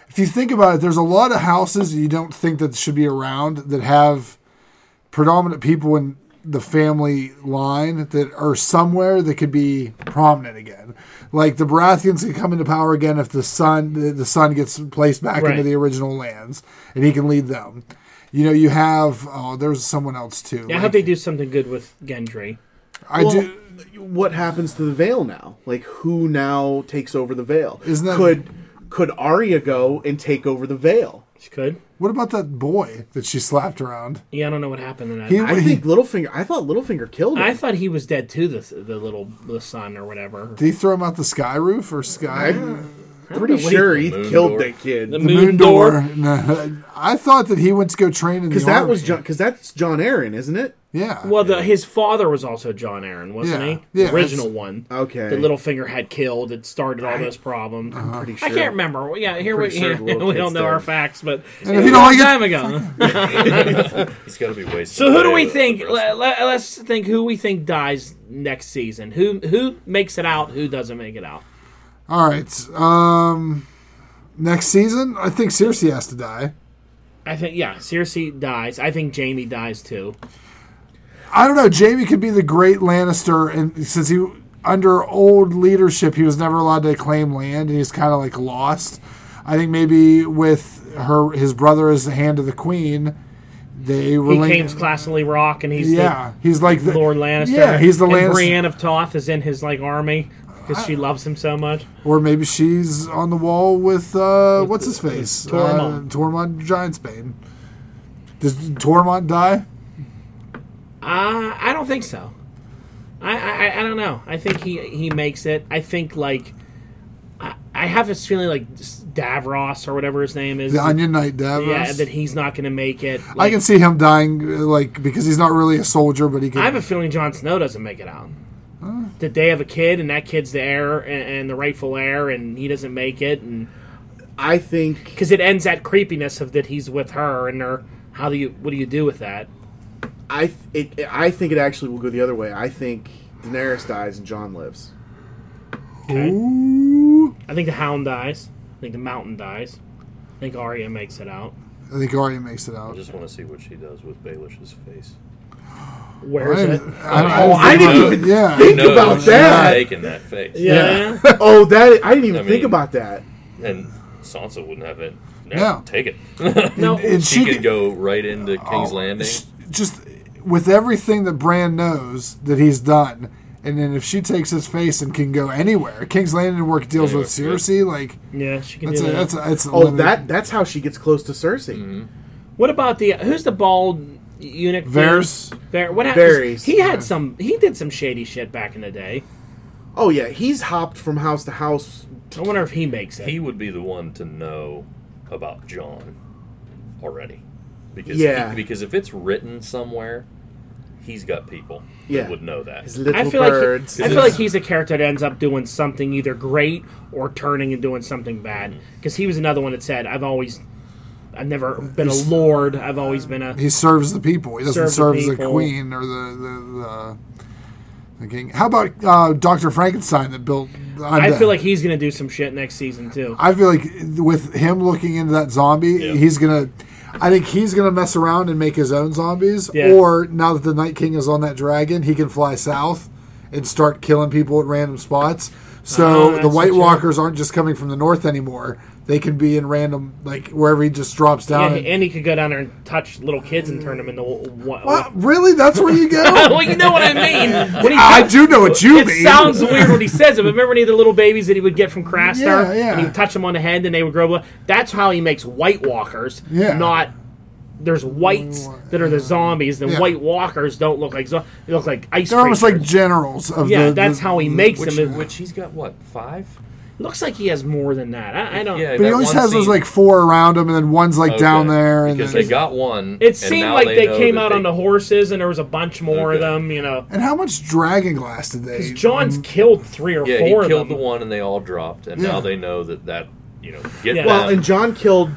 If you think about it, there's a lot of houses you don't think that should be around that have predominant people in the family line that are somewhere that could be prominent again. Like the Baratheons could come into power again if the son the, the son gets placed back
Right.
into the original lands and he can lead them. You know, you have oh, there's someone else too.
Yeah, I hope they do something good with Gendry.
I
well,
do.
What happens to the veil now? Like who now takes over the veil?
Isn't that-
could could Arya go and take over the veil?
She could.
What about that boy that she slapped around?
Yeah, I don't know what happened in that.
He-
I think Littlefinger. I thought Littlefinger killed him.
I thought he was dead too. The the little the son or whatever.
Did he throw him out the sky roof or sky?
Pretty
what
sure he
The moon
killed
door.
that kid.
The
The moon, door. No, I thought that he went to go train in the
Because that was
army.
John. Because that's John Aaron, isn't it?
yeah.
Well, the, his father was also John Aaron, wasn't
Yeah.
he?
Yeah,
the original
that's-
one.
Okay.
The Littlefinger had killed. It started all those problems.
Uh-huh.
Pretty
I
sure.
can't remember. Well, Yeah, here we,
pretty sure
yeah,
the
we
little
don't
kid's
know our
dead.
facts, but
if
it
you
was
don't
a
like it,
time ago.
He's got to be wasted.
So who do
away
we
with
think?
the rest
Let, us think who we think dies next season. Who who makes it out? Who doesn't make it out?
All right. Um, next season, I think Cersei has to die.
I think yeah, Cersei dies. I think Jamie dies too.
I don't know. Jamie could be the great Lannister, and since he under old leadership, he was never allowed to claim land, and he's kind of like lost. I think maybe with her, his brother as the hand of the queen, they
He
relate.
claims classically rock, and he's
yeah, he's like
the
the
Lord Lannister.
Yeah, he's the
and
Lannister.
Brienne of Toth is in his like army because she loves him so much.
Or maybe she's on the wall with uh, what's his face?
Tormund.
Uh, Tormund Giantsbane. Does Tormund die?
Uh, I don't think so. I, I I- I don't know. I think he he makes it. I think like I, I have this feeling like Davros or whatever his name is.
The Onion Knight Davos.
yeah, that he's not going to make it.
I
Like,
can see him dying, uh, like because he's not really a soldier, but he can.
I have a feeling Jon Snow doesn't make it out. That they have a kid, and that kid's the heir and, and the rightful heir, and he doesn't make it, and
I think.
because it ends that creepiness of that he's with her, and her. How do you? What do you do with that?
I th- it, it- I think it actually will go the other way. I think Daenerys dies and John lives.
Okay.
Ooh.
I think the Hound dies. I think the Mountain dies. I think Arya makes it out.
I think Arya makes it
I
out.
just want to see what she does with Baelish's face.
Where is it?
Oh,
I didn't
know.
even
Yeah.
think
No,
about
she's
that.
Making that face.
Yeah.
Oh, that I didn't even
I mean-
think about that.
And Sansa wouldn't have it. No,
Yeah.
Take it.
no.
And she
she, could
could- Oh,
go right into King's Landing.
Just with everything that Bran knows that he's done, and then if she takes his face and can go anywhere, King's Landing work deals with
Anywhere, yeah.
Cersei. Like
yeah, she can
that's
do
a
that.
that's a, that's a
Oh,
limited-
that that's how she gets close to Cersei.
what about the who's the bald eunuch?
Varys.
Var- what happened?
Varys.
He had some. He did some shady shit back in the day.
Oh yeah, he's hopped from house to house.
I wonder if he makes it.
He would be the one to know about John already. Because
Yeah.
he- because if it's written somewhere, he's got people
Yeah.
that would know that.
His little
I feel
birds.
like I feel like he's a character that ends up doing something either great or turning and doing something bad. Because he was another one that said, "I've always, I've never been a lord. I've always been a."
He serves the people. He doesn't
Serves the
serve as the
people.
queen or the the, the, the king. How about uh, Doctor Frankenstein that built? the
I
undead?
feel like he's gonna do some shit next season too.
I feel like with him looking into that zombie,
Yeah.
he's gonna. I think he's gonna mess around and make his own zombies.
Yeah.
Or now that the Night King is on that dragon, he can fly south and start killing people at random spots.
Oh,
So
that's
the White
what you-
Walkers aren't just coming from the north anymore. They can be in random, like wherever he just drops
Yeah,
down. and-
and he could go down there and touch little kids and turn them into.
What?
What?
Uh, Really? That's where you go?
well, you know what I mean. When he
I do know what you
It
mean.
sounds weird when he says it, but remember any of the little babies that he would get from Craster?
Yeah, yeah.
And he would touch them on the head and they would grow up. That's how he makes White Walkers,
Yeah.
not. There's whites that are the zombies, and
Yeah.
White Walkers don't look like zombies. They look like ice
They're almost like
creatures.
generals of
Yeah,
the-
that's
the-
how he makes
Which,
them. It
which he's got what five?
looks like he has more than that. I, I don't.
Yeah,
But he
that
always
one
has those
scene-
like four around him, and then one's like
Okay,
down there, and
because
then,
they got one.
It seemed like they came out on the
whole.
horses, and there was a bunch more of
Okay.
them. You know,
And how much dragon glass did they?
John's killed three or
Yeah,
four
he
of
killed
them.
the one, and they all dropped, and
Yeah.
now they know that that you know, get
Yeah.
that.
Well, and John killed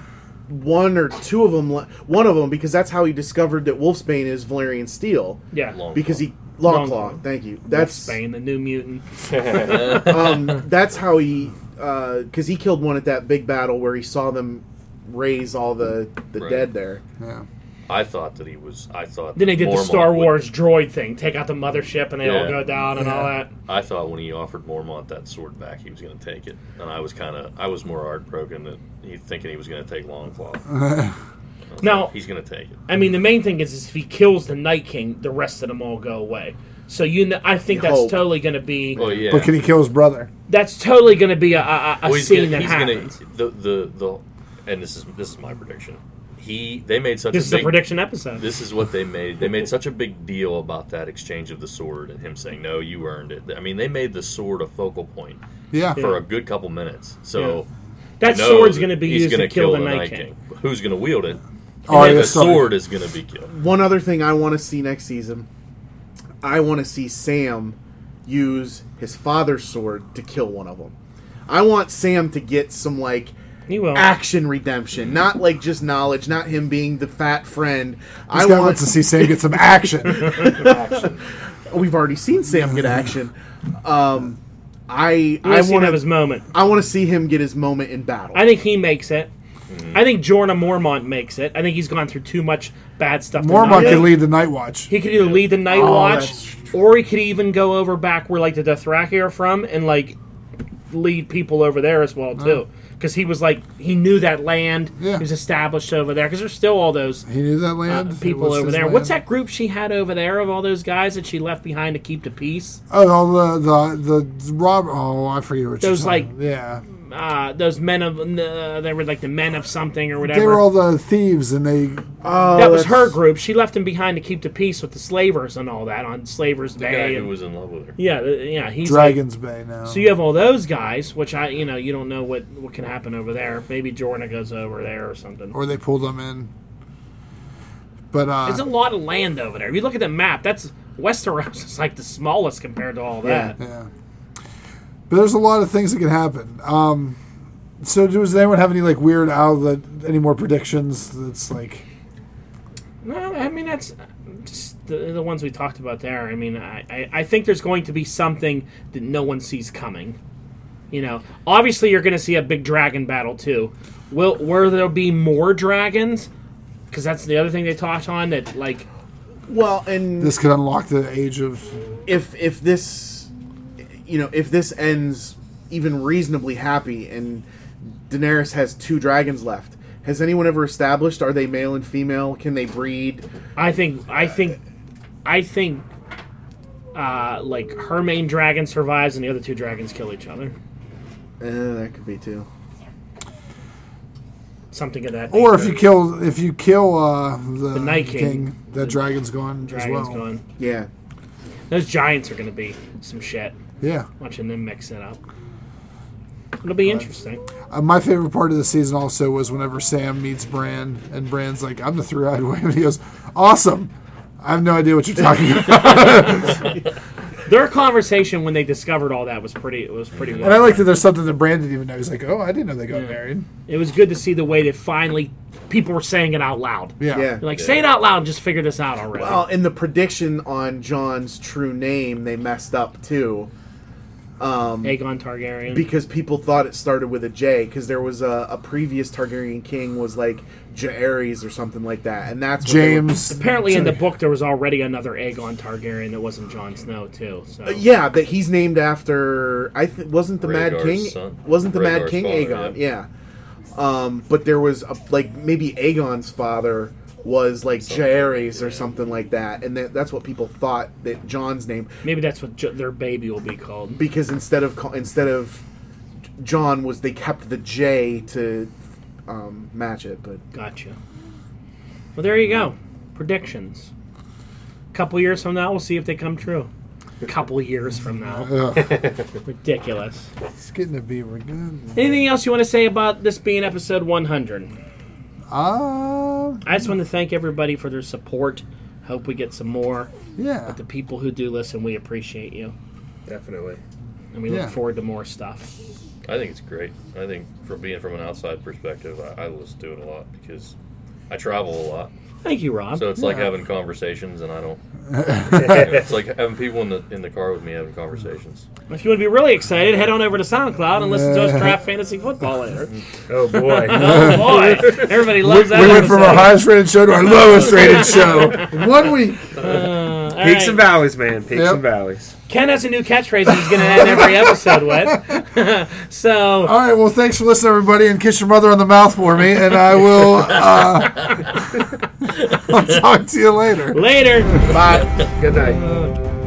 one or two of them. One of them because that's how he discovered that Wolfsbane is Valerian steel.
Yeah.
Long-
Because he Longclaw.
Longclaw.
Thank you. That's
Spain, the new mutant.
um, that's how he because he killed one at that big battle where he saw them raise all the the
Right.
dead there.
Yeah.
I thought that he was. I thought.
Then they
that
did the
Mormont
Star
would-
Wars droid thing, take out the mothership, and they all
Yeah.
go down and all that.
I thought when he offered Mormont that sword back, he was going to take it, and I was kind of. I was more heartbroken that he thinking he was going to take Longclaw. I was
Now-
like, he's going to take it.
I mean, the main thing is, is if he kills the Night King, the rest of them all go away. So you, know, I think
You
that's
hope.
totally going to be
Oh yeah.
But can he kill his brother?
that's totally going to be a, a, a
Well, he's
scene
gonna-
that
he's
happens.
Gonna, the the the, and this is this is my prediction. He they made such
this
a
is
big,
a prediction episode.
This is what they made. They made such a big deal about that exchange of the sword and him saying, "No, you earned it." I mean, they made the sword a focal point
Yeah.
for a good couple minutes. So
that
you know
sword's
that
going to be
he's
used
gonna
to kill, the Night King.
Who's going to wield it?
Oh,
and
yeah,
the
sorry.
sword is going to be killed.
One other thing I want to see next season, I want to see Sam use his father's sword to kill one of them. I want Sam to get some like
He will.
action redemption, not like just knowledge, not him being the fat friend. I
This guy wants to
want.
see Sam get some action.
We've already seen Sam get action. Um, I
I
I
want to
want
have his moment.
I want to see him get his moment in battle.
I think he makes it.
Mm-hmm.
I think Jorna Mormont makes it. I think he's gone through too much bad stuff. to not-
Mormont can lead the Night Watch.
He could either lead the Night
Oh,
Watch,
that's
or he could even go over back where like the Dothraki are from and like lead people over there as well too. Because he was like he knew that land.
Yeah.
He was established over there. Because there's still all those
He knew that
uh,
land. It
people
was
over
his
there.
land.
What's that group she had over there of all those guys that she left behind to keep the peace?
Oh, all the the the Rob. Oh, I forget what you're
Those,
talking-
like,
yeah.
Uh, those men of uh, they were like the men of something or whatever.
They were all the thieves, and they
Oh,
that was
that's-
her group. She left him behind to keep the peace with the slavers and all that on Slavers
The
Bay.
guy who
and-
was in love with her.
yeah, the- yeah. He's like,
Dragons Bay now.
So you have all those guys, which I, you know, you don't know what what can happen over there. Maybe Jorna goes over there or something.
or they pulled them in. But
There's a
uh,
lot of land over there. If you look at the map, that's Westeros is like the smallest compared to all that.
yeah. But there's a lot of things that can happen. Um, so does anyone have any like weird out of the any more predictions? That's like
No, I mean that's just the, the ones we talked about there. I mean, I, I, I think there's going to be something that no one sees coming. You know, obviously you're going to see a big dragon battle too. Will where there'll be more dragons? Because that's the other thing they talked on that like
Well, and
this could unlock the age of
if if this, you know, if this ends even reasonably happy, and Daenerys has two dragons left, has anyone ever established are they male and female? Can they breed?
I think I think I think uh, like her main dragon survives and the other two dragons kill each other.
Eh, that could be too.
Something of that.
or if
nature.
you kill if you kill uh, the,
Night King.
that dragon's gone
dragons
as well.
going,
Yeah.
those giants are going to be some shit.
Yeah,
Watching them mix it up, it'll be interesting.
uh, my favorite part of the season also was whenever Sam meets Bran and Bran's like, "I'm the three-eyed wave," and he goes, "Awesome." I have no idea what you're talking about.
Their conversation when they discovered all that was pretty. It was pretty.
And I
Well.
like that there's something that Brand didn't even know. He's like, oh, I didn't know they got
Yeah.
married.
It was good to see the way that finally people were saying it out loud.
Yeah.
Yeah.
Like say it out loud and just figure this out already.
Well, Oh, in the prediction on John's true name, they messed up too.
Aegon Targaryen.
because people thought it started with a J because there was a, a previous Targaryen king was like Jaehaerys or something like that, and that's what they were-
James.
Apparently, in the book, there was already another Aegon Targaryen that wasn't Jon Snow too. So
Uh, yeah, that he's named after. I th- wasn't the Mad
Rhaegar's
King.
son.
Wasn't the Mad
Rhaegar's
King
father,
Aegon? Yeah. Um, but there was a, like maybe Aegon's father was like Jaehaerys or something like that, and that, that's what people thought that John's name
maybe that's what jo- their baby will be called.
because instead of ca- instead of John was they kept the J to um, match it, but
Gotcha. Well, there you go. Predictions. Couple years from now, we'll see if they come true. Couple years from now,
Ugh,
ridiculous.
it's getting to be we're good.
Anything else you want to say about this being episode 100?
Uh,
I just want to thank everybody for their support. Hope we get some more.
yeah.
The people who do listen, we appreciate you,
Definitely.
and we
Yeah.
look forward to more stuff.
I think it's great. I think from being from an outside perspective, I, I listen to it a lot because I travel a lot.
Thank you, Rob.
So it's like having conversations, and I don't. it's like having people in the in the car with me having conversations.
if you want to be really excited, head on over to SoundCloud and listen to us draft fantasy football later.
Oh boy.
oh boy, everybody
We, we
loves that.
went from our
episode.
highest rated show to our lowest rated show in one week.
Uh, all
Peaks
right.
and valleys, man. Peaks
Yep.
and valleys.
Ken has a new catchphrase he's going to end every episode with. so
All right. Well, thanks for listening, everybody, and kiss your mother on the mouth for me, and I will. Uh, I'll talk to you later.
later.
Bye. Good night.
Uh,